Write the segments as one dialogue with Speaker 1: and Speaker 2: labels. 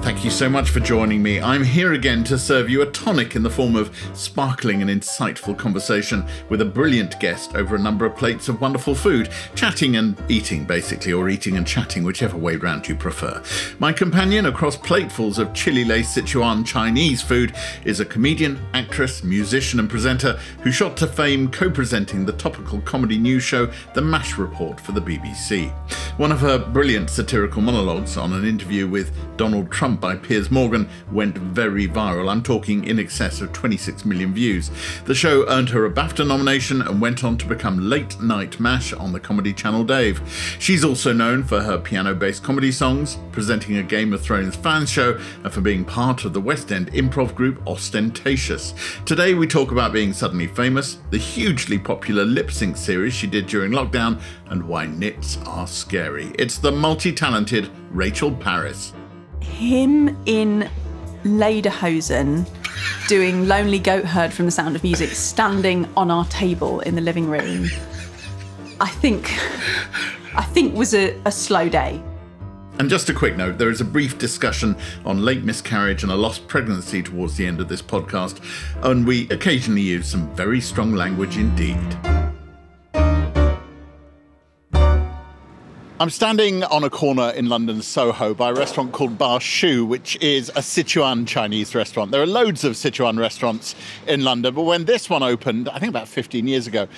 Speaker 1: Thank you so much for joining me. I'm here again to serve you a tonic in the form of sparkling and insightful conversation with a brilliant guest over a number of plates of wonderful food, chatting and eating, basically, or eating and chatting, whichever way round you prefer. My companion across platefuls of chili laced Sichuan Chinese food is a comedian, actress, musician, and presenter who shot to fame co presenting the topical comedy news show The MASH Report for the BBC. One of her brilliant satirical monologues on an interview with Donald Trump by Piers Morgan went very viral. I'm talking in excess of 26 million views. The show earned her a BAFTA nomination and went on to become Late Night MASH on the comedy channel Dave. She's also known for her piano based comedy songs, presenting a Game of Thrones fan show, and for being part of the West End improv group Ostentatious. Today we talk about being suddenly famous, the hugely popular lip sync series she did during lockdown, and why knits are scary. It's the multi talented Rachel Paris
Speaker 2: him in Lederhosen doing Lonely Goat Herd from The Sound of Music standing on our table in the living room. I think I think was a, a slow day.
Speaker 1: And just a quick note there is a brief discussion on late miscarriage and a lost pregnancy towards the end of this podcast, and we occasionally use some very strong language indeed. I'm standing on a corner in London's Soho by a restaurant called Bar Shu, which is a Sichuan Chinese restaurant. There are loads of Sichuan restaurants in London, but when this one opened, I think about 15 years ago,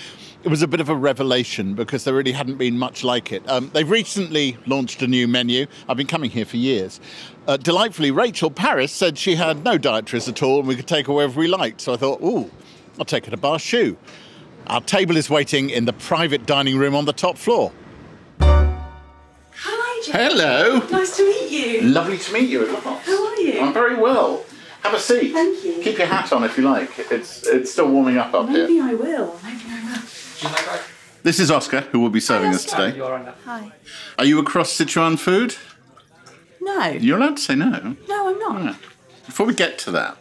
Speaker 1: it was a bit of a revelation because there really hadn't been much like it. Um, they've recently launched a new menu. I've been coming here for years. Uh, delightfully, Rachel Paris said she had no dietaries at all and we could take her wherever we liked. So I thought, ooh, I'll take her to Bar Shu. Our table is waiting in the private dining room on the top floor.
Speaker 3: Hi, Jack.
Speaker 1: Hello.
Speaker 3: Nice to meet you.
Speaker 1: Lovely to meet you at last.
Speaker 3: How are you?
Speaker 1: I'm very well. Have a seat.
Speaker 3: Thank you.
Speaker 1: Keep your hat on if you like. It's it's still warming up up
Speaker 3: Maybe
Speaker 1: here.
Speaker 3: I will. Maybe I
Speaker 1: This is Oscar, who will be serving us today.
Speaker 2: Hi.
Speaker 1: Are you across Sichuan food?
Speaker 2: No.
Speaker 1: You're allowed to say no.
Speaker 2: No, I'm not.
Speaker 1: Yeah. Before we get to that,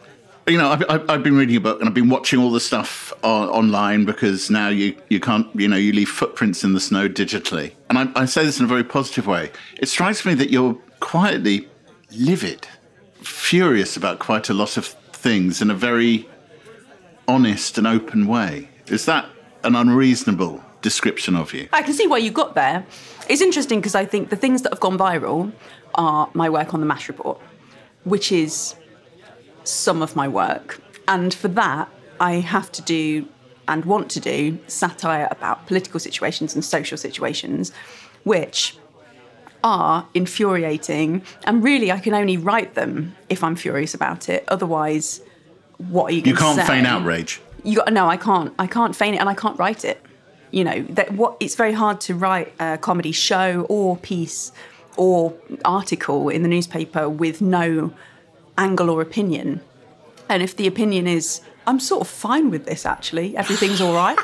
Speaker 1: you know, I've, I've, I've been reading a book and I've been watching all the stuff on, online because now you, you can't, you know, you leave footprints in the snow digitally. And I, I say this in a very positive way. It strikes me that you're quietly livid, furious about quite a lot of things in a very honest and open way. Is that an unreasonable description of you?
Speaker 2: I can see why you got there. It's interesting because I think the things that have gone viral are my work on the MASH report, which is some of my work. And for that, I have to do and want to do satire about political situations and social situations, which are infuriating. And really, I can only write them if I'm furious about it. Otherwise, what are you
Speaker 1: You
Speaker 2: gonna
Speaker 1: can't
Speaker 2: say?
Speaker 1: feign outrage.
Speaker 2: you got no i can't i can't feign it and i can't write it you know that what it's very hard to write a comedy show or piece or article in the newspaper with no angle or opinion and if the opinion is i'm sort of fine with this actually everything's all right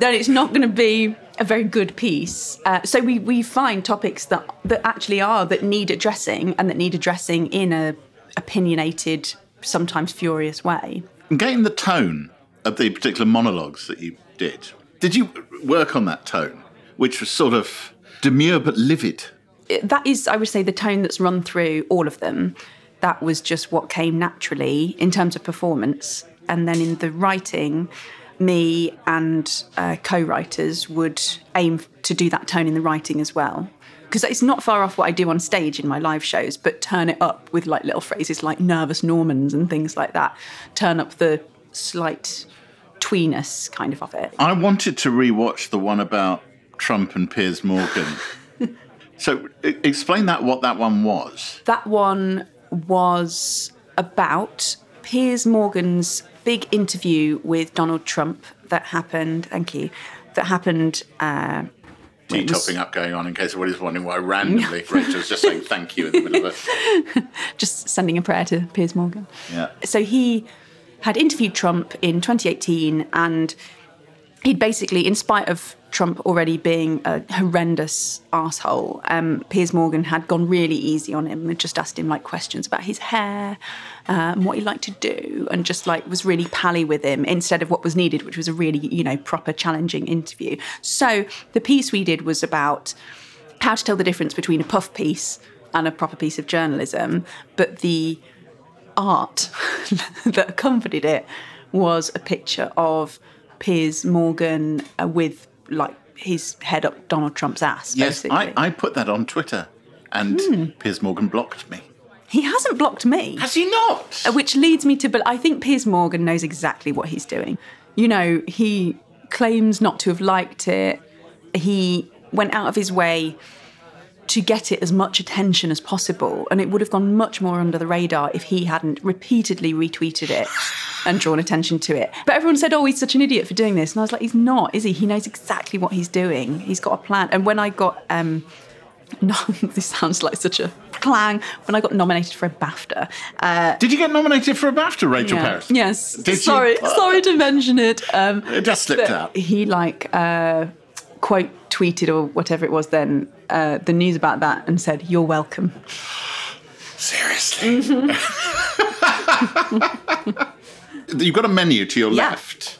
Speaker 2: then it's not going to be a very good piece. Uh, so we, we find topics that that actually are that need addressing and that need addressing in a opinionated, sometimes furious way.
Speaker 1: And Getting the tone of the particular monologues that you did, did you work on that tone, which was sort of demure but livid?
Speaker 2: that is, I would say, the tone that's run through all of them. That was just what came naturally in terms of performance. And then in the writing, me and uh, co writers would aim to do that tone in the writing as well. Because it's not far off what I do on stage in my live shows, but turn it up with like little phrases like nervous Normans and things like that. Turn up the slight tweeness kind of of it.
Speaker 1: I wanted to rewatch the one about Trump and Piers Morgan. so e- explain that what that one was.
Speaker 2: That one was about Piers Morgan's big interview with Donald Trump that happened. Thank you. That happened. Uh,
Speaker 1: Tea
Speaker 2: was-
Speaker 1: topping up going on in case anybody's wondering why randomly Rachel's just saying thank you in the middle of it.
Speaker 2: just sending a prayer to Piers Morgan.
Speaker 1: Yeah.
Speaker 2: So he had interviewed Trump in 2018, and he'd basically, in spite of Trump already being a horrendous asshole, um, Piers Morgan had gone really easy on him and just asked him like questions about his hair, um, what he liked to do, and just like was really pally with him instead of what was needed, which was a really you know proper challenging interview. So the piece we did was about how to tell the difference between a puff piece and a proper piece of journalism, but the art that accompanied it was a picture of Piers Morgan uh, with like his head up Donald Trump's ass.
Speaker 1: Yes,
Speaker 2: basically. Hmm.
Speaker 1: I, I put that on Twitter, and Piers Morgan blocked me.
Speaker 2: he hasn't blocked me.
Speaker 1: Has he not?
Speaker 2: Uh, Which leads me to, but I think Piers Morgan knows exactly what he's doing. You know, he claims not to have liked it. He went out of his way to get it as much attention as possible, and it would have gone much more under the radar if he hadn't repeatedly retweeted it and drawn attention to it. But everyone said, "Oh, he's such an idiot for doing this," and I was like, "He's not, is he? He knows exactly what he's doing. He's got a plan." And when I got um, no, this sounds like such a clang. When I got nominated for a BAFTA,
Speaker 1: Did you get nominated for a BAFTA, Rachel
Speaker 2: yeah.
Speaker 1: Paris?
Speaker 2: Yes.
Speaker 1: Did you?
Speaker 2: sorry, sorry to mention it. Um,
Speaker 1: It just slipped
Speaker 2: but
Speaker 1: out.
Speaker 2: He like uh, quote tweeted or whatever it was then uh, the news about that and said, "You're welcome."
Speaker 1: Seriously. You've got a menu to your
Speaker 2: Yeah.
Speaker 1: left.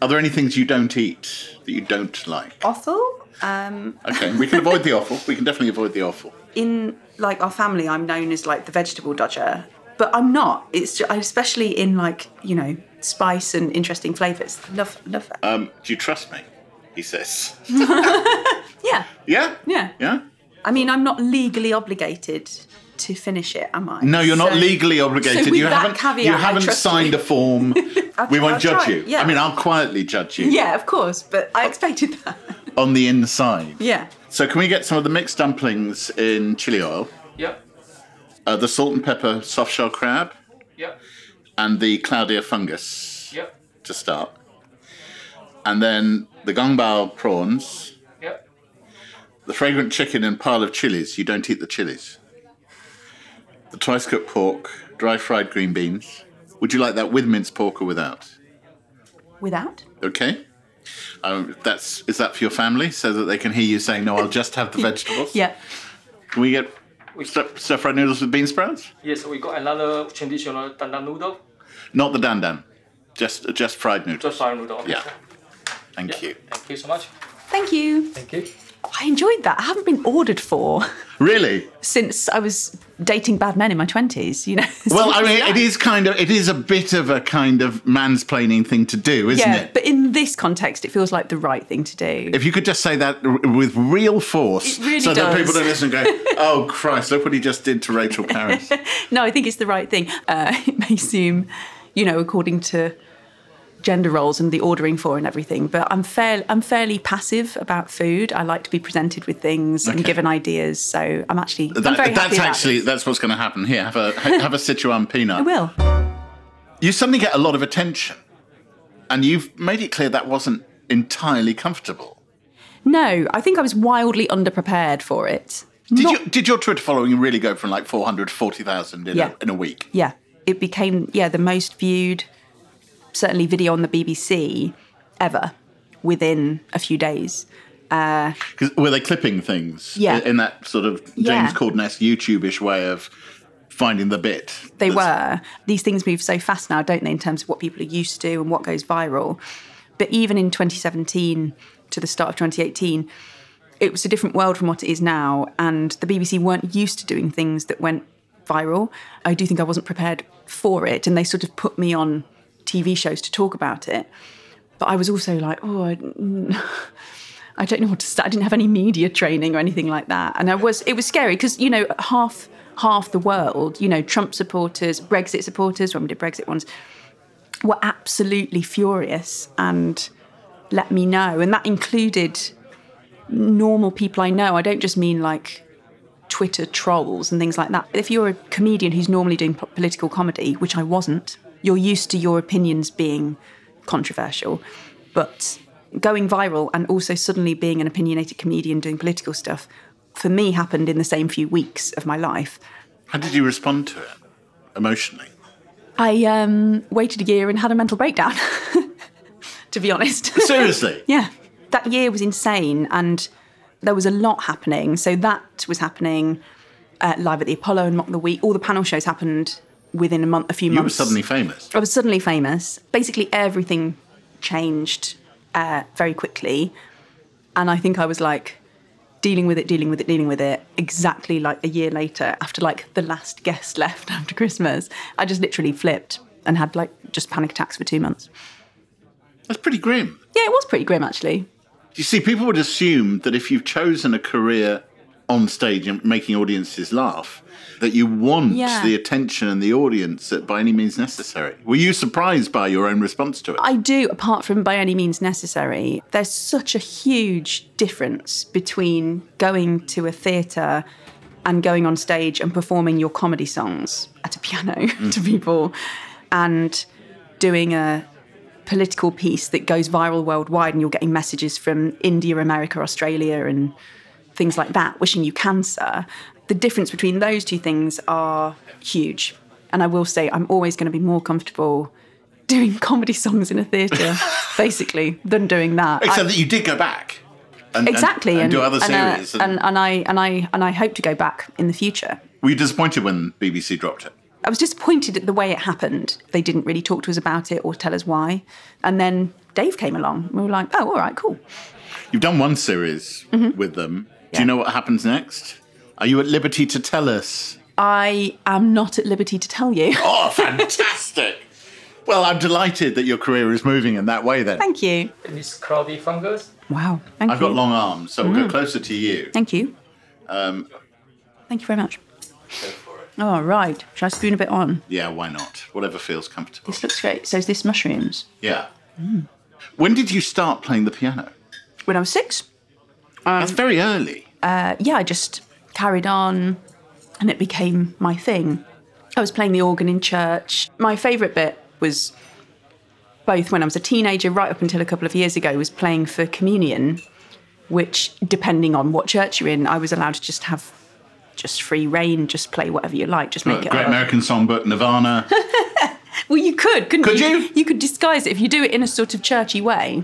Speaker 1: Are there any things you don't eat that you don't like?
Speaker 2: Awful. Um,
Speaker 1: Okay, we can avoid the offal. We can definitely avoid the offal.
Speaker 2: in like our family, I'm known as like the vegetable dodger, but I'm not. It's just, especially in like you know spice and interesting flavors. Love love that.
Speaker 1: Um, do you trust me? He says.
Speaker 2: yeah.
Speaker 1: Yeah?
Speaker 2: Yeah.
Speaker 1: Yeah?
Speaker 2: I mean, I'm not legally obligated to finish it, am I?
Speaker 1: No, you're not
Speaker 2: So-
Speaker 1: legally obligated.
Speaker 2: so with
Speaker 1: you
Speaker 2: that
Speaker 1: haven't
Speaker 2: caveat,
Speaker 1: you
Speaker 2: I
Speaker 1: haven't
Speaker 2: trust
Speaker 1: signed a form. we won't
Speaker 2: I'll
Speaker 1: judge
Speaker 2: try,
Speaker 1: you.
Speaker 2: yeah.
Speaker 1: I mean, I'll quietly judge you
Speaker 2: Yeah, of course, but I expected that.
Speaker 1: on the inside.
Speaker 2: Yeah.
Speaker 1: So can we get some of the mixed dumplings in chili oil,
Speaker 4: Yep.
Speaker 1: uh, the salt and pepper soft shell crab,
Speaker 4: Yep.
Speaker 1: and the claudia fungus
Speaker 4: Yep.
Speaker 1: to start, and then the gongbao prawns,
Speaker 4: Yep.
Speaker 1: the fragrant chicken and pile of chilies. You don't eat the chilies. The twice cooked pork, dry fried green beans. Would you like that with minced pork or without?
Speaker 2: Without?
Speaker 1: Okay. Um, that's is that for your family so that they can hear you saying no? I'll just have the vegetables.
Speaker 2: Yeah.
Speaker 1: Can we get stir fried noodles with bean sprouts?
Speaker 4: Yeah, so we got another traditional dandan noodle,
Speaker 1: Not the dandan, just just fried noodles.
Speaker 4: just fried noodle.
Speaker 1: Yeah. Thank you.
Speaker 4: Thank you so much.
Speaker 2: Thank you.
Speaker 4: Thank you.
Speaker 2: I enjoyed that. I haven't been ordered for
Speaker 1: Really?
Speaker 2: since I was dating bad men in my 20s, you know.
Speaker 1: Well, I mean, it is kind of it is a bit of a kind of mansplaining thing to do, isn't
Speaker 2: Yeah,
Speaker 1: it?
Speaker 2: but in this context, it feels like the right thing to do.
Speaker 1: if you could just say that r- with real force,
Speaker 2: It really
Speaker 1: so that
Speaker 2: does.
Speaker 1: people don't listen and go, "Oh Christ, look what he just did to Rachel Paris."
Speaker 2: no, I think it's the right thing. Uh, it may seem, you know, according to gender roles and the ordering for and everything, but I'm fair, I'm fairly passive about food. I like to be presented with things
Speaker 1: Okay.
Speaker 2: and given ideas, so I'm actually I'm
Speaker 1: That-
Speaker 2: very happy
Speaker 1: that's
Speaker 2: about
Speaker 1: actually
Speaker 2: this.
Speaker 1: that's what's going to happen here. Have a ha- have a Sichuan peanut.
Speaker 2: I will.
Speaker 1: you suddenly get a lot of attention, and you've made it clear that wasn't entirely comfortable.
Speaker 2: No, I think I was wildly underprepared for it.
Speaker 1: Did,
Speaker 2: Not-
Speaker 1: you, did your Twitter following really go from like 440,000 in,
Speaker 2: Yeah.
Speaker 1: a in a week?
Speaker 2: yeah, it became yeah the most viewed, certainly video on the BBC ever within a few days.
Speaker 1: 'Cause were they clipping things
Speaker 2: Yeah.
Speaker 1: in, in that sort of James
Speaker 2: Yeah.
Speaker 1: Corden-esque YouTube-ish way of finding the bit?
Speaker 2: They
Speaker 1: that's-
Speaker 2: were. These things move so fast now, don't they, in terms of what people are used to and what goes viral. But even in 2017 to the start of 2018, it was a different world from what it is now. And the BBC weren't used to doing things that went viral. I do think I wasn't prepared for it. And they sort of put me on TV shows to talk about it. But I was also like, oh, I, I don't know what to start. I didn't have any media training or anything like that, and I was it was scary because you know half half the world, you know, Trump supporters, Brexit supporters, when we did Brexit ones, were absolutely furious and let me know, and that included normal people I know. I don't just mean like Twitter trolls and things like that. If you're a comedian who's normally doing po- political comedy, which I wasn't, you're used to your opinions being controversial. But going viral and also suddenly being an opinionated comedian doing political stuff, for me, happened in the same few weeks of my life.
Speaker 1: How did you respond to it emotionally?
Speaker 2: I um, waited a year and had a mental breakdown, to be honest.
Speaker 1: Seriously?
Speaker 2: Yeah. That year was insane and there was a lot happening. So that was happening uh, live at the Apollo and Mock the Week. All the panel shows happened within a month, a few
Speaker 1: You were
Speaker 2: months.
Speaker 1: suddenly famous.
Speaker 2: I was suddenly famous. Basically, everything changed uh, very quickly. And I think I was like, dealing with it, dealing with it, dealing with it. Exactly like a year later, after like the last guest left after Christmas, I just literally flipped and had like just panic attacks for two months.
Speaker 1: That's pretty grim.
Speaker 2: Yeah, it was pretty grim actually.
Speaker 1: You see, people would assume that if you've chosen a career on stage and making audiences laugh, that you want
Speaker 2: Yeah.
Speaker 1: the attention and the audience that by any means necessary. Were you surprised by your own response to it?
Speaker 2: I do, apart from by any means necessary, there's such a huge difference between going to a theatre and going on stage and performing your comedy songs at a piano to people and doing a political piece that goes viral worldwide and you're getting messages from India, America, Australia, and things like that, wishing you cancer. The difference between those two things are huge. And I will say, I'm always going to be more comfortable doing comedy songs in a theatre, basically, than doing that. I-
Speaker 1: Except that you did go back. And, and-
Speaker 2: exactly,
Speaker 1: And, do other
Speaker 2: uh,
Speaker 1: series.
Speaker 2: And, and, I and I and I hope to go back in the future.
Speaker 1: were you disappointed when BBC dropped it?
Speaker 2: I was disappointed at the way it happened. They didn't really talk to us about it or tell us why. And then Dave came along. We were like, oh, all right, cool.
Speaker 1: You've done one series with them. Do
Speaker 2: Mm-hmm. Yeah.
Speaker 1: you know what happens next? Are you at liberty to tell us?
Speaker 2: I am not at liberty to tell you.
Speaker 1: Oh, fantastic! well, I'm delighted that your career is moving in that way then.
Speaker 2: Thank you.
Speaker 4: Miss Crowley fungus.
Speaker 2: Wow. Thank
Speaker 1: I've
Speaker 2: you. Mm.
Speaker 1: got long arms, so we'll go closer to you.
Speaker 2: Thank you.
Speaker 1: Um,
Speaker 2: Thank you very much. All right. Should I spoon a bit on?
Speaker 1: yeah, why not? Whatever feels comfortable.
Speaker 2: This looks great. So is this mushrooms?
Speaker 1: Yeah.
Speaker 2: Mm.
Speaker 1: When did you start playing the piano?
Speaker 2: When I was six. Um,
Speaker 1: That's very early.
Speaker 2: yeah, I just carried on and it became my thing. I was playing the organ in church. My favourite bit was both when I was a teenager, right up until a couple of years ago, was playing for communion, which, depending on what church you're in, I was allowed to just have just free reign, just play whatever you like, just make
Speaker 1: Great
Speaker 2: it up.
Speaker 1: American Songbook, Nirvana.
Speaker 2: Well, you could, couldn't
Speaker 1: Could
Speaker 2: you?
Speaker 1: you?
Speaker 2: could disguise it. If you do it in a sort of churchy way,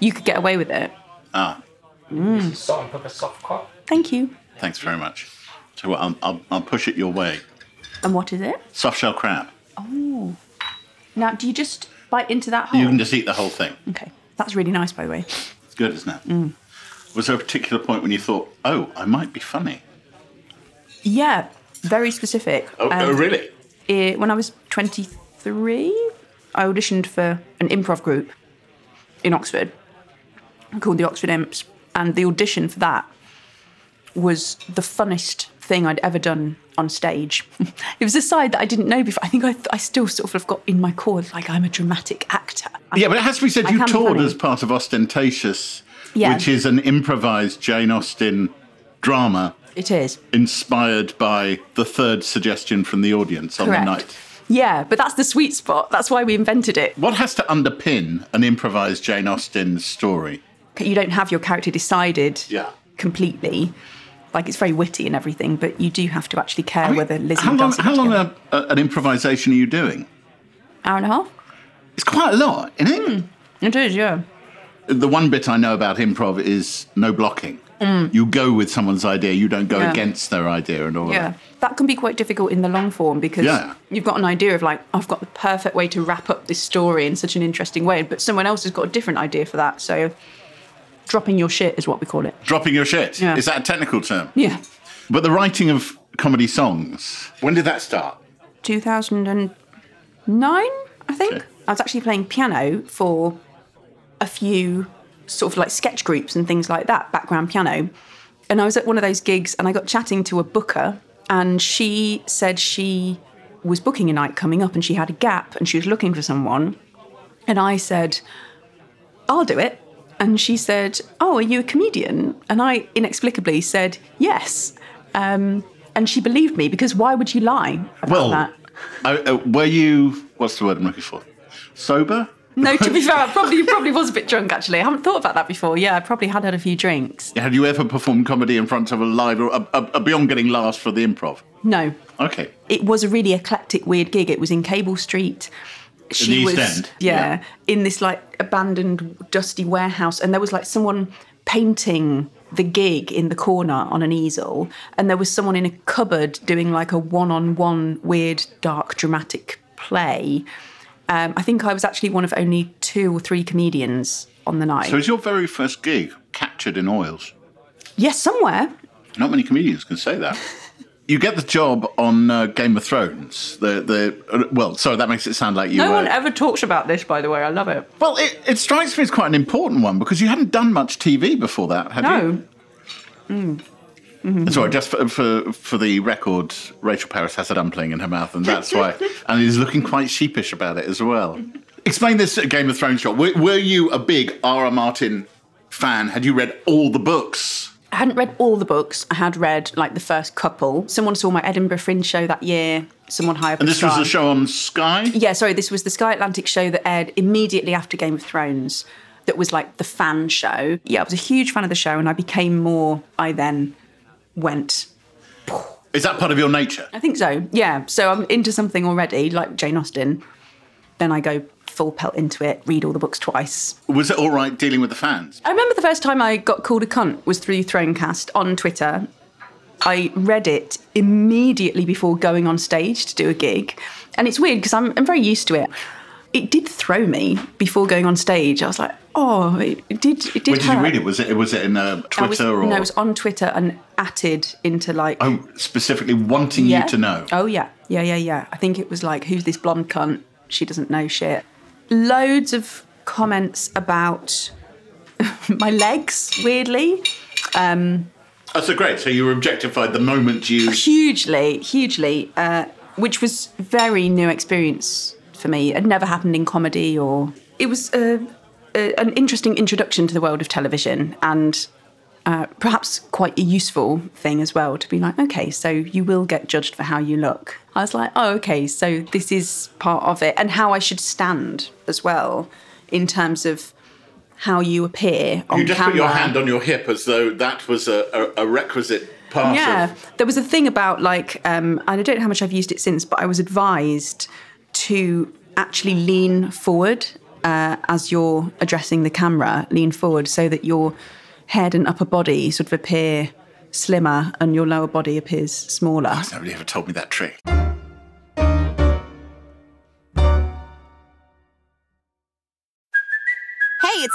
Speaker 2: you could get away with it.
Speaker 1: ah,
Speaker 4: Salt and pepper soft cork.
Speaker 2: Thank you.
Speaker 1: thanks very much. So I'll, I'll, I'll push it your way.
Speaker 2: And what is it?
Speaker 1: Soft shell crab.
Speaker 2: Now, do you just bite into that hole?
Speaker 1: You can just eat the whole thing.
Speaker 2: Okay. That's really nice, by the way.
Speaker 1: It's good, isn't it? Was there a particular point when you thought, oh, I might be funny?
Speaker 2: Yeah, very specific. Um,
Speaker 1: Oh, really?
Speaker 2: eh, when I was 23, I auditioned for an improv group in Oxford called the Oxford Imps, and the audition for that was the funnest thing I'd ever done on stage. it was a side that I didn't know before. I think I, I still sort of got in my core like I'm a dramatic actor. I-
Speaker 1: Yeah, but it has to be said
Speaker 2: I
Speaker 1: you
Speaker 2: can be
Speaker 1: toured
Speaker 2: funny.
Speaker 1: as part of Ostentatious,
Speaker 2: Yeah.
Speaker 1: which is an improvised Jane Austen drama
Speaker 2: It is.
Speaker 1: inspired by the third suggestion from the audience on
Speaker 2: Correct.
Speaker 1: the night.
Speaker 2: Yeah, but that's the sweet spot. That's why we invented it.
Speaker 1: What has to underpin an improvised Jane Austen story?
Speaker 2: You don't have your character decided
Speaker 1: Yeah.
Speaker 2: completely. Like it's very witty and everything, but you do have to actually care whether Lizzie
Speaker 1: how long,
Speaker 2: does it
Speaker 1: how long
Speaker 2: together.
Speaker 1: a, a, an improvisation are you doing?
Speaker 2: hour and a half.
Speaker 1: It's quite a lot, isn't it?
Speaker 2: It is, yeah. Mm.
Speaker 1: The one bit I know about improv is no blocking. You go with someone's idea, you don't go
Speaker 2: Mm. Yeah.
Speaker 1: against their idea and all
Speaker 2: Yeah.
Speaker 1: that.
Speaker 2: That can be quite difficult in the long form because
Speaker 1: Yeah.
Speaker 2: you've got an idea of like, I've got the perfect way to wrap up this story in such an interesting way, but someone else has got a different idea for that. So dropping your shit is what we call it.
Speaker 1: Dropping your shit.
Speaker 2: Yeah.
Speaker 1: Is that a technical term?
Speaker 2: Yeah.
Speaker 1: But the writing of comedy songs, when did that start?
Speaker 2: 2009, I think.
Speaker 1: Okay.
Speaker 2: I was actually playing piano for a few sort of like sketch groups and things like that, background piano. And I was at one of those gigs and I got chatting to a booker, and she said she was booking a night coming up and she had a gap and she was looking for someone. And I said, I'll do it. And she said, Oh, are you a comedian? And I inexplicably said, Yes. Um, and she believed me because why would you lie about
Speaker 1: Well,
Speaker 2: that?
Speaker 1: I, uh, were you, what's the word I'm looking for? Sober?
Speaker 2: No, to be fair, I probably probably was a bit drunk actually. I haven't thought about that before. Yeah, I probably had had a few drinks.
Speaker 1: Had you ever performed comedy in front of a live, or, uh, uh, beyond getting last for the improv?
Speaker 2: No,
Speaker 1: Okay.
Speaker 2: it was a really eclectic, weird gig. It was in Cable Street. She
Speaker 1: East
Speaker 2: was
Speaker 1: End?
Speaker 2: Yeah,
Speaker 1: Yeah.
Speaker 2: in this like abandoned, dusty warehouse, and there was like someone painting the gig in the corner on an easel, and there was someone in a cupboard doing like a one-on-one weird, dark, dramatic play. Um, I think I was actually one of only two or three comedians on the night.
Speaker 1: So is your very first gig captured in oils?
Speaker 2: Yes, somewhere.
Speaker 1: Not many comedians can say that. You get the job on uh, Game of Thrones. The the uh, well, sorry, that makes it sound like you.
Speaker 2: No
Speaker 1: were-
Speaker 2: one ever talks about this, by the way. I love it.
Speaker 1: well, it, it strikes me as quite an important one because you hadn't done much TV before that, had you?
Speaker 2: No. Mm-hmm.
Speaker 1: Sorry, just for, for for the record, Rachel Paris has a dumpling in her mouth, and that's why. and is looking quite sheepish about it as well. Explain this Game of Thrones shot. Were, were you a big R.R. Martin fan? Had you read all the books?
Speaker 2: I hadn't read all the books. I had read like the first couple. Someone saw my Edinburgh Fringe show that year. Someone hired.
Speaker 1: And this was a show on Sky.
Speaker 2: Yeah, sorry. This was the Sky Atlantic show that aired immediately after Game of Thrones. That was like the fan show. Yeah, I was a huge fan of the show, and I became more. I then went.
Speaker 1: Is that part of your nature?
Speaker 2: I think so. Yeah. So I'm into something already, like Jane Austen. Then I go full pelt into it. Read all the books twice.
Speaker 1: Was it all right dealing with the fans?
Speaker 2: I remember the first time I got called a cunt was through Thronecast on Twitter. I read it immediately before going on stage to do a gig. And it's weird because I'm, I'm very used to it. It did throw me before going on stage. I was like, oh, it, it did. It did.
Speaker 1: Where did you
Speaker 2: hurt.
Speaker 1: read it? Was it was it in uh,
Speaker 2: I
Speaker 1: Twitter
Speaker 2: was,
Speaker 1: or
Speaker 2: No, it was on Twitter and atted into like.
Speaker 1: oh, specifically wanting
Speaker 2: yeah.
Speaker 1: you to know?
Speaker 2: Oh yeah, yeah, yeah, yeah. I think it was like, who's this blonde cunt? She doesn't know shit. Loads of comments about my legs. Weirdly,
Speaker 1: Oh, so great. So you were objectified the moment you.
Speaker 2: hugely, hugely, uh, which was very new experience for me. It had never happened in comedy, or it was a, a, an interesting introduction to the world of television, and uh, perhaps quite a useful thing as well to be like, okay, so you will get judged for how you look. I was like, oh, okay, so this is part of it, and how I should stand as well in terms of how you appear on
Speaker 1: You just
Speaker 2: camera.
Speaker 1: put your hand on your hip as though that was a, a, a requisite part
Speaker 2: Yeah,
Speaker 1: of.
Speaker 2: there was a thing about like, um, and I don't know how much I've used it since, but I was advised to actually lean forward uh, as you're addressing the camera, lean forward so that your head and upper body sort of appear slimmer and your lower body appears smaller.
Speaker 1: Nobody ever told me that trick.
Speaker 5: Hey, it's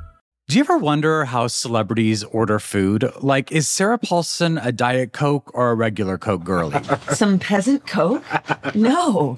Speaker 6: Do you ever wonder how celebrities order food? Like, is Sarah Paulson a Diet Coke or a regular Coke girlie?
Speaker 7: Some peasant coke? No.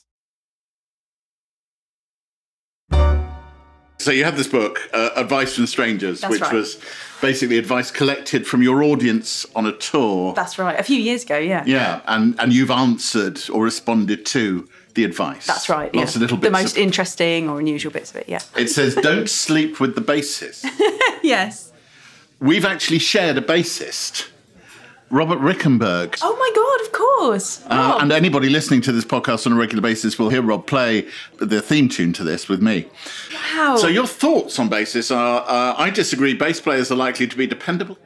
Speaker 1: So you have this book, uh, Advice from Strangers,
Speaker 2: That's
Speaker 1: which
Speaker 2: right.
Speaker 1: was basically advice collected from your audience on a tour.
Speaker 2: That's right. A few years ago, yeah.
Speaker 1: yeah, and, and you've answered or responded to the advice.
Speaker 2: That's right.
Speaker 1: Lots
Speaker 2: yeah.
Speaker 1: of little
Speaker 2: the
Speaker 1: bits.
Speaker 2: most
Speaker 1: of-
Speaker 2: interesting or unusual bits of it, yeah.
Speaker 1: it says, "Don't sleep with the bassist."
Speaker 2: Yes.
Speaker 1: We've actually shared a bassist, Robert Rickenberg.
Speaker 2: Oh my God, of course. Oh,
Speaker 1: Uh,
Speaker 2: Rob.
Speaker 1: and anybody listening to this podcast on a regular basis will hear Rob play the theme tune to this with me.
Speaker 2: Wow.
Speaker 1: So your thoughts on basis are: uh, I disagree. Bass players are likely to be dependable,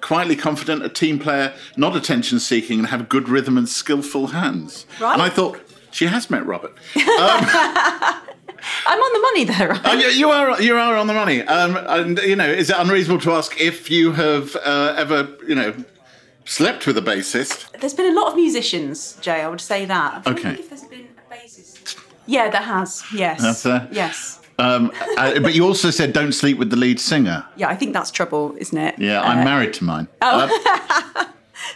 Speaker 1: quietly confident, a team player, not attention-seeking, and have good rhythm and skillful hands.
Speaker 2: Right.
Speaker 1: And I thought she has met Robert.
Speaker 2: I'm on the money there, right?
Speaker 1: Uh, you, you are you are on the money. Um, and you know, is it unreasonable to ask if you have uh, ever you know slept with a bassist?
Speaker 2: There's been a lot of musicians, Jay. I would say that. I'm trying to
Speaker 1: Okay.
Speaker 2: think if there's been a bassist. Yeah, there has. Yes.
Speaker 1: That's, uh,
Speaker 2: Yes.
Speaker 1: Um, uh, but you also said don't sleep with the lead singer.
Speaker 2: Yeah, I think that's trouble, isn't it?
Speaker 1: Yeah,
Speaker 2: Uh,
Speaker 1: I'm married to mine.
Speaker 2: Oh.
Speaker 1: Uh,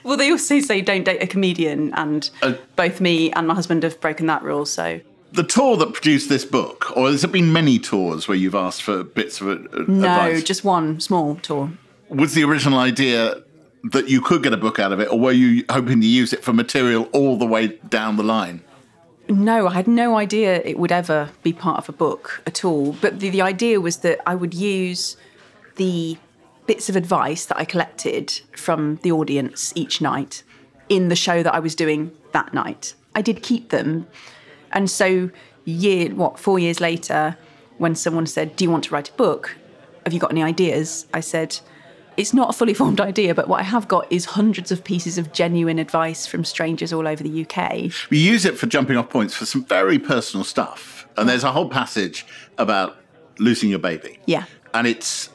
Speaker 2: Well, they also say don't date a comedian, and
Speaker 1: Uh,
Speaker 2: both me and my husband have broken that rule. So
Speaker 1: the tour that produced this book, or has it been many tours where you've asked for bits of uh,
Speaker 2: no,
Speaker 1: advice?
Speaker 2: just one small tour.
Speaker 1: was the original idea that you could get a book out of it, or were you hoping to use it for material all the way down the line?
Speaker 2: No, I had no idea it would ever be part of a book at all. But the, the idea was that I would use the bits of advice that I collected from the audience each night in the show that I was doing that night. I did keep them. And so, year, what, four years later, when someone said, Do you want to write a book? Have you got any ideas? I said, It's not a fully formed idea, but what I have got is hundreds of pieces of genuine advice from strangers all over the UK.
Speaker 1: We use it for jumping off points for some very personal stuff. And there's a whole passage about losing your baby.
Speaker 2: Yeah.
Speaker 1: And it's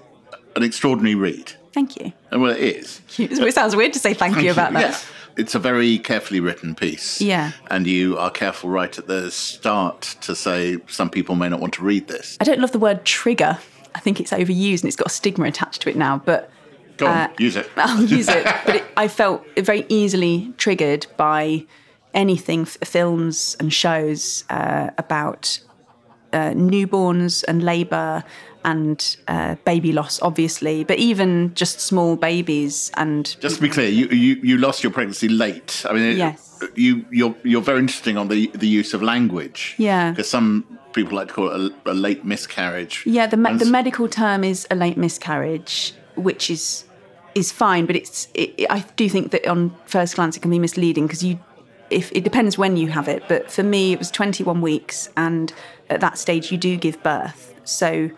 Speaker 1: an extraordinary read.
Speaker 2: Thank you.
Speaker 1: And well, it is.
Speaker 2: It sounds weird to say thank, you about that.
Speaker 1: Yeah. It's a very carefully written piece.
Speaker 2: Yeah.
Speaker 1: And you are careful right at the start to say some people may not want to read this.
Speaker 2: I don't love the word trigger. I think it's overused and it's got a stigma attached to it now, but
Speaker 1: Go on,
Speaker 2: Uh,
Speaker 1: use it.
Speaker 2: I'll use it. But it, I felt very easily triggered by anything, f- films and shows uh, about uh, newborns and labour and uh, baby loss, obviously, but even just small babies and
Speaker 1: Just to be clear, you, you, you lost your pregnancy late. I mean, it-
Speaker 2: Yes.
Speaker 1: you you're you're very interesting on the the use of language.
Speaker 2: Yeah.
Speaker 1: because some people like to call it a, a late miscarriage.
Speaker 2: Yeah, the me-
Speaker 1: And
Speaker 2: the
Speaker 1: s-
Speaker 2: medical term is a late miscarriage, which is is fine, but it's it, it- I do think that on first glance it can be misleading because you if it depends when you have it, but for me it was 21 weeks and at that stage you do give birth. So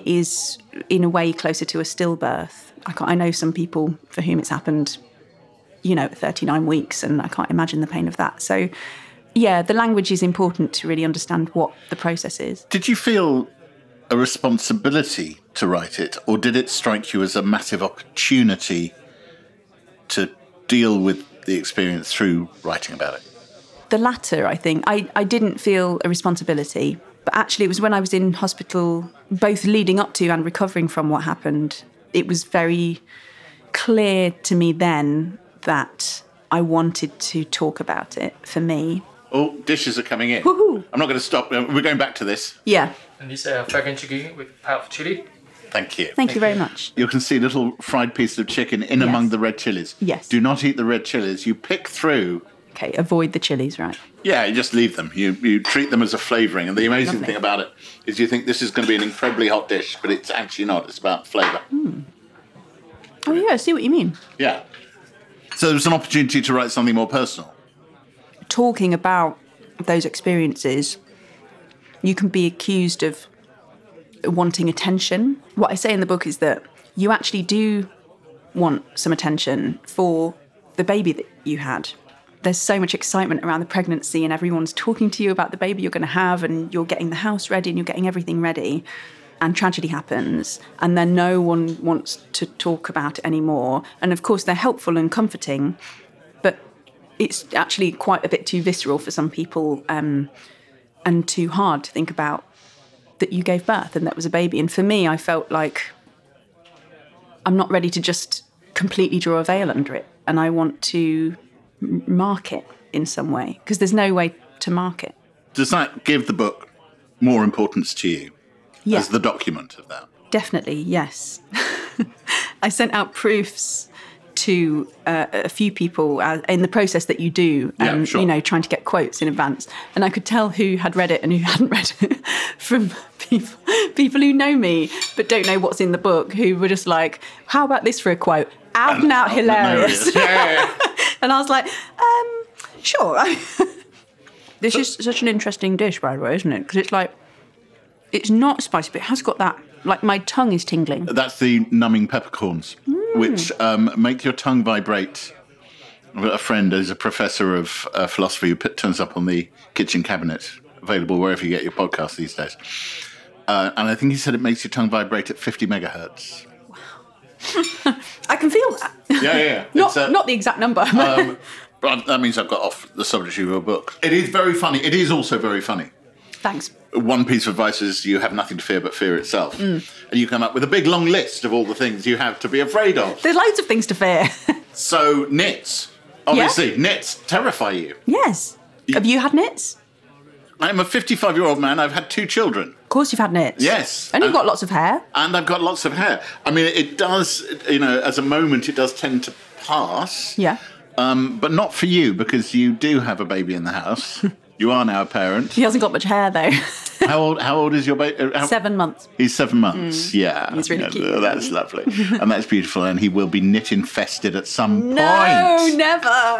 Speaker 2: it is in a way closer to a stillbirth. I can't, I know some people for whom it's happened you know, at 39 weeks, and I can't imagine the pain of that. So, yeah, the language is important to really understand what the process is.
Speaker 1: Did you feel a responsibility to write it, or did it strike you as a massive opportunity to deal with the experience through writing about it?
Speaker 2: The latter, I think. I, I didn't feel a responsibility, but actually, it was when I was in hospital, both leading up to and recovering from what happened, it was very clear to me then that I wanted to talk about it for me.
Speaker 1: Oh, dishes are coming in.
Speaker 2: Woohoo.
Speaker 1: I'm not going to stop. Uh, We're going back to this.
Speaker 2: Yeah,
Speaker 8: And this uh, fragrant chicken with pile of chili.
Speaker 1: Thank you.
Speaker 2: thank you very much.
Speaker 1: You can see little fried pieces of chicken in
Speaker 2: Yes.
Speaker 1: among the red chilies.
Speaker 2: Yes.
Speaker 1: Do not eat the red chilies. You pick through
Speaker 2: Okay, avoid the chilies, right?
Speaker 1: Yeah, you just leave them. You you treat them as a flavouring, and the amazing
Speaker 2: Lovely.
Speaker 1: thing about it is you think this is going to be an incredibly hot dish, but it's actually not. It's about flavour.
Speaker 2: Oh, yeah, I see what you mean.
Speaker 1: Yeah. So there was an opportunity to write something more personal.
Speaker 2: talking about those experiences, you can be accused of wanting attention. What I say in the book is that you actually do want some attention for the baby that you had. There's so much excitement around the pregnancy, and everyone's talking to you about the baby you're going to have, and you're getting the house ready and you're getting everything ready. And tragedy happens, and then no one wants to talk about it anymore. And of course, they're helpful and comforting, but it's actually quite a bit too visceral for some people um, and too hard to think about that you gave birth and that was a baby. And for me, I felt like I'm not ready to just completely draw a veil under it. And I want to m- mark it in some way because there's no way to mark it.
Speaker 1: Does that give the book more importance to you
Speaker 2: Yeah.
Speaker 1: as the document of that?
Speaker 2: Definitely, yes. I sent out proofs to uh, a few people uh, in the process that you do,
Speaker 1: Yeah,
Speaker 2: um,
Speaker 1: sure.
Speaker 2: you know, trying to get quotes in advance, and I could tell who had read it and who hadn't read it from people, people who know me but don't know what's in the book, who were just like, "How about this for a quote?" Out and, out, hilarious.
Speaker 1: Yeah, yeah, yeah.
Speaker 2: and I was like, um, "Sure." this is such an interesting dish, by the way, isn't it? Because it's like, it's not spicy, but it has got that. Like my tongue is tingling.
Speaker 1: That's the numbing peppercorns,
Speaker 2: Mm.
Speaker 1: which um, make your tongue vibrate. A friend is a professor of uh, philosophy who put, turns up on the kitchen cabinet, available wherever you get your podcasts these days. Uh, and I think he said it makes your tongue vibrate at 50 megahertz.
Speaker 2: I can feel that.
Speaker 1: Yeah, yeah, yeah.
Speaker 2: Not,
Speaker 1: It's, uh,
Speaker 2: not the exact number.
Speaker 1: um, but that means I've got off the subject of your book. It is very funny. It is also very funny.
Speaker 2: Thanks.
Speaker 1: one piece of advice is you have nothing to fear but fear itself.
Speaker 2: Mm.
Speaker 1: And you come up with a big long list of all the things you have to be afraid of.
Speaker 2: There's loads of things to fear.
Speaker 1: So, nits. Obviously, nits terrify you.
Speaker 2: yes. Have you had nits?
Speaker 1: I'm a 55 year old man. I've had two children.
Speaker 2: Of course, you've had nits.
Speaker 1: Yes.
Speaker 2: And you've
Speaker 1: And-
Speaker 2: got lots of hair.
Speaker 1: And I've got lots of hair. I mean, it does, you know, as a moment, it does tend to pass.
Speaker 2: Yeah.
Speaker 1: Um, but not for you because you do have a baby in the house. you are now a parent.
Speaker 2: He hasn't got much hair though.
Speaker 1: How old? How old is your baby?
Speaker 2: Seven months.
Speaker 1: He's seven months.
Speaker 2: Mm.
Speaker 1: Yeah,
Speaker 2: He's really
Speaker 1: Yeah,
Speaker 2: cute.
Speaker 1: That's lovely, and that's beautiful. And he will be knit infested at some
Speaker 2: No, never.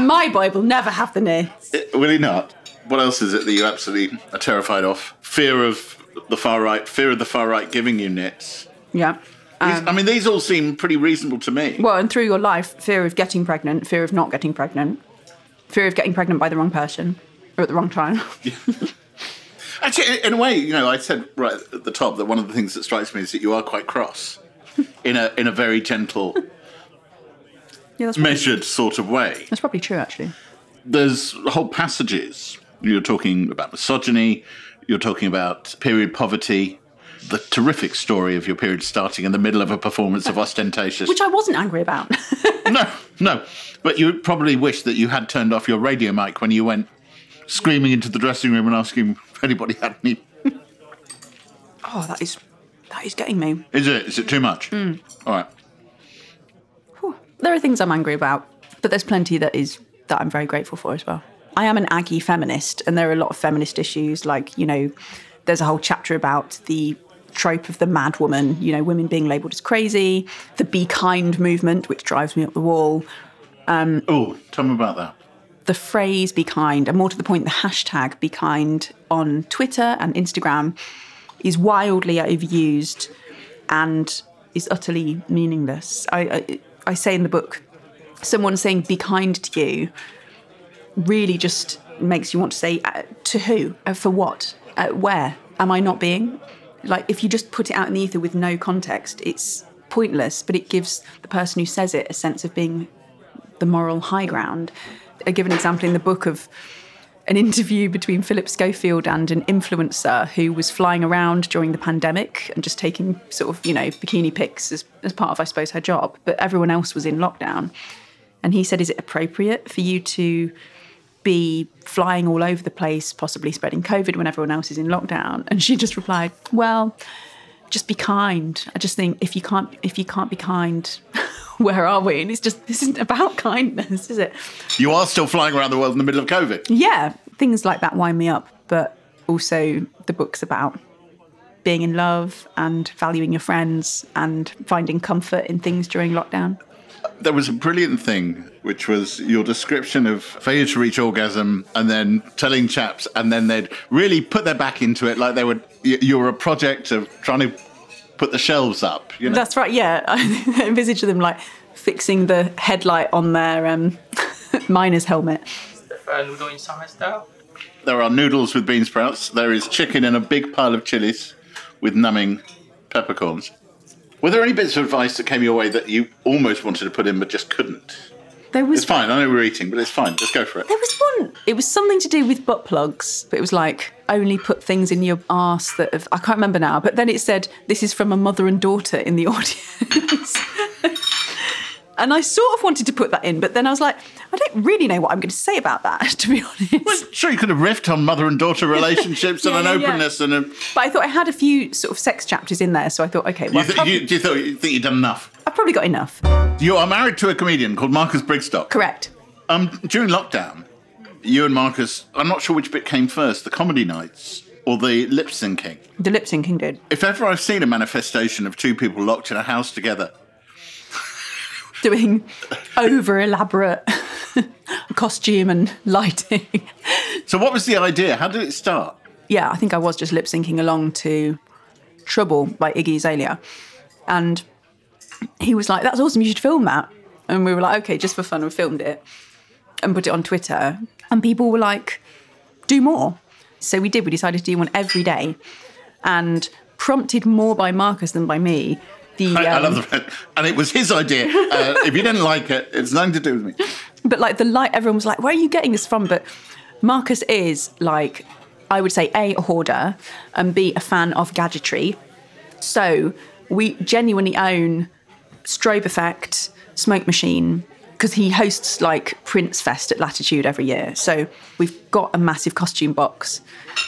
Speaker 2: My boy will never have the knee.
Speaker 1: point. Will he not? What else is it that you absolutely are terrified of? Fear of the far right. Fear of the far right giving you nits.
Speaker 2: Yeah.
Speaker 1: These- I mean, these all seem pretty reasonable to me.
Speaker 2: Um. Well, and through your life, fear of getting pregnant, fear of not getting pregnant, fear of getting pregnant by the wrong person or at the wrong time.
Speaker 1: Actually, in- in a way, you know, I said right at the top that one of the things that strikes me is that you are quite cross, in a in a very gentle,
Speaker 2: Yeah, that's probably,
Speaker 1: measured sort of way.
Speaker 2: that's probably true, actually.
Speaker 1: There's whole passages. You're talking about misogyny. You're talking about period poverty. The terrific story of your period starting in the middle of a performance of ostentatious.
Speaker 2: Which I wasn't angry about.
Speaker 1: no, no. But you probably wish that you had turned off your radio mic when you went screaming into the dressing room and asking if anybody had any.
Speaker 2: oh, that is that is getting me.
Speaker 1: Is it? Is it too much?
Speaker 2: Mm.
Speaker 1: All right.
Speaker 2: There are things I'm angry about, but there's plenty that is that I'm very grateful for as well. I am an Aggie feminist, and there are a lot of feminist issues. Like you know, there's a whole chapter about the trope of the mad woman. You know, women being labelled as crazy, the be kind movement, which drives me up the wall. Um,
Speaker 1: oh, tell me about that.
Speaker 2: The phrase "be kind," and more to the point, the hashtag "be kind" on Twitter and Instagram is wildly overused and is utterly meaningless. I, I, I say in the book, someone saying "be kind to you" really just makes you want to say uh, to who, uh, for what, uh, where am I not being? Like if you just put it out in the ether with no context, it's pointless. But it gives the person who says it a sense of being the moral high ground. I give an example in the book of an interview between Philip Schofield and an influencer who was flying around during the pandemic and just taking sort of, you know, bikini pics as, as part of, I suppose, her job. But everyone else was in lockdown. And he said, Is it appropriate for you to be flying all over the place, possibly spreading COVID when everyone else is in lockdown? And she just replied, Well, just be kind. I just think if you can't if you can't be kind, where are we? And it's just this isn't about kindness, is it?
Speaker 1: You are still flying around the world in the middle of COVID.
Speaker 2: Yeah, things like that wind me up. But also, the book's about being in love and valuing your friends and finding comfort in things during lockdown.
Speaker 1: There was a brilliant thing, which was your description of failure to reach orgasm and then telling chaps, and then they'd really put their back into it like they were, y- you were a project of trying to put the shelves up. You know?
Speaker 2: That's right. Yeah, I envisage them like fixing the headlight on their um, miner's helmet.
Speaker 8: Uh, noodle in Shanghai style.
Speaker 1: there are noodles with bean sprouts. There is chicken in a big pile of chilies with numbing peppercorns. Were there any bits of advice that came your way that you almost wanted to put in but just couldn't?
Speaker 2: There was
Speaker 1: It's fine. I know we're eating, but it's fine. Just go for it.
Speaker 2: There was one. It was something to do with butt plugs, but it was like only put things in your arse that have, I can't remember now. But then it said this is from a mother and daughter in the audience, and I sort of wanted to put that in, but then I was like, I don't really know what I'm going to say about that, to be honest.
Speaker 1: Sure, you could have riffed on mother and daughter relationships
Speaker 2: Yeah,
Speaker 1: and an
Speaker 2: yeah, yeah.
Speaker 1: openness and a.
Speaker 2: But I thought I had a few sort of sex chapters in there, so I thought, okay, well,
Speaker 1: You,
Speaker 2: I've,
Speaker 1: th-
Speaker 2: prob-
Speaker 1: you, you thought you think you'd done enough.
Speaker 2: I've probably got enough.
Speaker 1: You are married to a comedian called Marcus Brigstock.
Speaker 2: Correct.
Speaker 1: Um, during lockdown, you and Marcus, I'm not sure which bit came first, the comedy nights or the lip syncing.
Speaker 2: The lip syncing did.
Speaker 1: If ever I've seen a manifestation of two people locked in a house together,
Speaker 2: Doing over elaborate costume and lighting.
Speaker 1: so what was the idea? How did it start?
Speaker 2: yeah, I think I was just lip syncing along to Trouble by Iggy Azalea. And he was like, That's awesome, you should film that. And we were like, Okay, just for fun, we filmed it and put it on Twitter. And people were like, Do more. So we did, we decided to do one every day. And prompted more by Marcus than by me. The,
Speaker 1: I, I
Speaker 2: um,
Speaker 1: love the fact, and it was his idea. Uh, if you didn't like it, it's nothing to do with me.
Speaker 2: But like the light, everyone was like, "Where are you getting this from?" But Marcus is like, I would say, a a hoarder, and b a fan of gadgetry. So we genuinely own strobe effect, smoke machine, because he hosts like Prince Fest at Latitude every year. So we've got a massive costume box.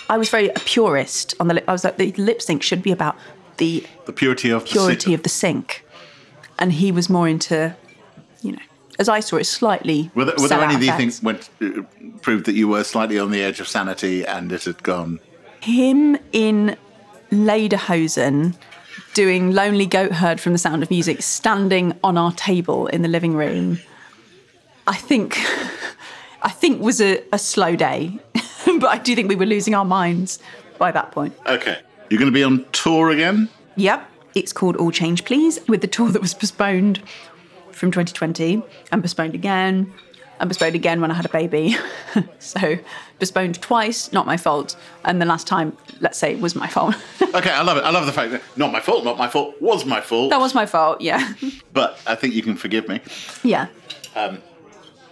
Speaker 2: I was very a purist on the. Lip, I was like, the lip sync should be about the
Speaker 1: The purity of the
Speaker 2: purity of the sink, and he was more into, you know, as I saw it, slightly.
Speaker 1: Were there, were there
Speaker 2: sellout
Speaker 1: any of these
Speaker 2: effects.
Speaker 1: things which uh, proved that you were slightly on the edge of sanity and it had gone?
Speaker 2: Him in Lederhosen doing Lonely Goat Herd from The Sound of Music, standing on our table in the living room, I think, I think was a, a slow day. but I do think we were losing our minds by that point.
Speaker 1: Okay. You're going to be on tour again?
Speaker 2: Yep. It's called All Change Please, with the tour that was postponed from 2020 and postponed again and postponed again when I had a baby. so postponed twice, not my fault. And the last time, let's say, was my fault.
Speaker 1: okay, I love it. I love the fact that not my fault, not my fault, was my fault.
Speaker 2: that was my fault, yeah.
Speaker 1: But I think you can forgive me.
Speaker 2: yeah.
Speaker 1: Um,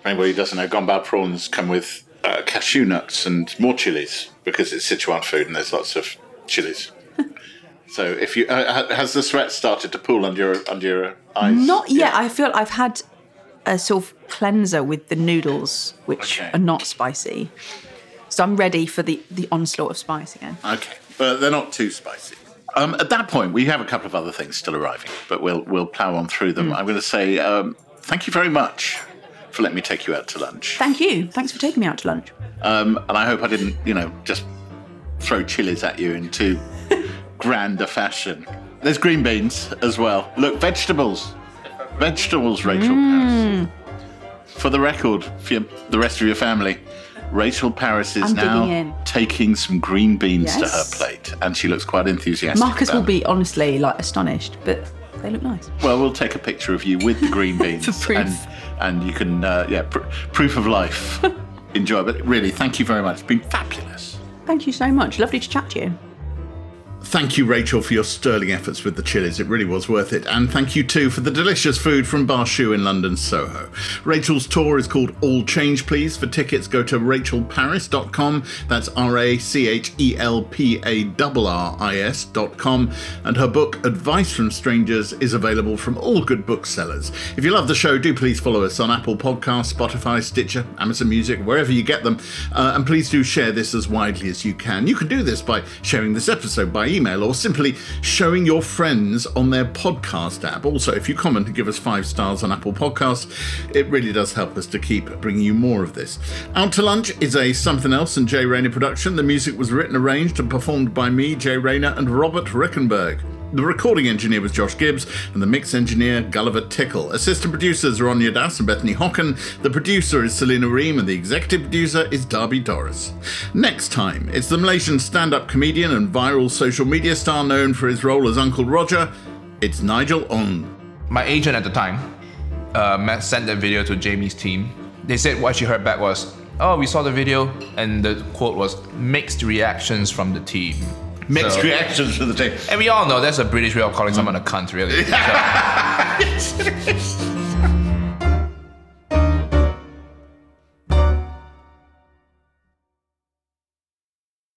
Speaker 1: for anybody who doesn't know, gomba prawns come with uh, cashew nuts and more chilies because it's Sichuan food and there's lots of chilies. so if you uh, ha- has the sweat started to pool under your under your eyes?
Speaker 2: Not yet. I feel I've had a sort of cleanser with the noodles, which are not spicy. So I'm ready for the, the onslaught of spice again.
Speaker 1: Okay, but they're not too spicy. Um, at that point, we have a couple of other things still arriving, but we'll we'll plough on through
Speaker 2: Hmm.
Speaker 1: them. I'm going to say um, thank you very much for letting me take you out to lunch,
Speaker 2: Thank you. Thanks for taking me out to lunch.
Speaker 1: um, and I hope I didn't, you know, just throw chilies at you in too grand a fashion. There's green beans as well. Look, vegetables, vegetables, Rachel.
Speaker 2: Mm,
Speaker 1: For the record, for your, the rest of your family, Rachel Paris is
Speaker 2: I'm digging in.
Speaker 1: now taking some green beans to her
Speaker 2: Yes.
Speaker 1: plate, and she looks quite enthusiastic.
Speaker 2: Marcus
Speaker 1: about
Speaker 2: will
Speaker 1: it.
Speaker 2: be honestly like astonished, but they look nice.
Speaker 1: Well, we'll take a picture of you with the green beans
Speaker 2: For proof.
Speaker 1: and and you can uh, yeah pr- proof of life. Enjoy, but really, thank you very much. It's been fabulous.
Speaker 2: Thank you so much. Lovely to chat to you.
Speaker 1: Thank you, Rachel, for your sterling efforts with the chilies. It really was worth it. And thank you, too, for the delicious food from Bar Shoe in London's Soho. Rachel's tour is called All Change Please. For tickets, go to rachelparis.com. That's R A C H E L P A R R I S.com. And her book, Advice from Strangers, is available from all good booksellers. If you love the show, do please follow us on Apple Podcasts, Spotify, Stitcher, Amazon Music, wherever you get them. Uh, and please do share this as widely as you can. You can do this by sharing this episode by email or simply showing your friends on their podcast app. Also, if you comment and give us five stars on Apple Podcasts, it really does help us to keep bringing you more of this. Out to Lunch is a Something Else and Jay Rayner production. The music was written, arranged, and performed by me, Jay Rayner, and Robert Rickenberg. The recording engineer was Josh Gibbs, and the mix engineer, Gulliver Tickle. Assistant producers are Anya Das and Bethany Hocken. The producer is Selena Ream, and the executive producer is Darby Doris. Next time, it's the Malaysian stand up comedian and viral social media star known for his role as Uncle Roger. It's Nigel Ong.
Speaker 9: My agent at the time uh, ma- sent that video to Jamie's team. They said what she heard back was, "Oh, we saw the video," and the quote was mixed reactions from the team.
Speaker 1: Mixed reactions from the team.
Speaker 9: And we all know that's a British way of calling someone a cunt, really. So-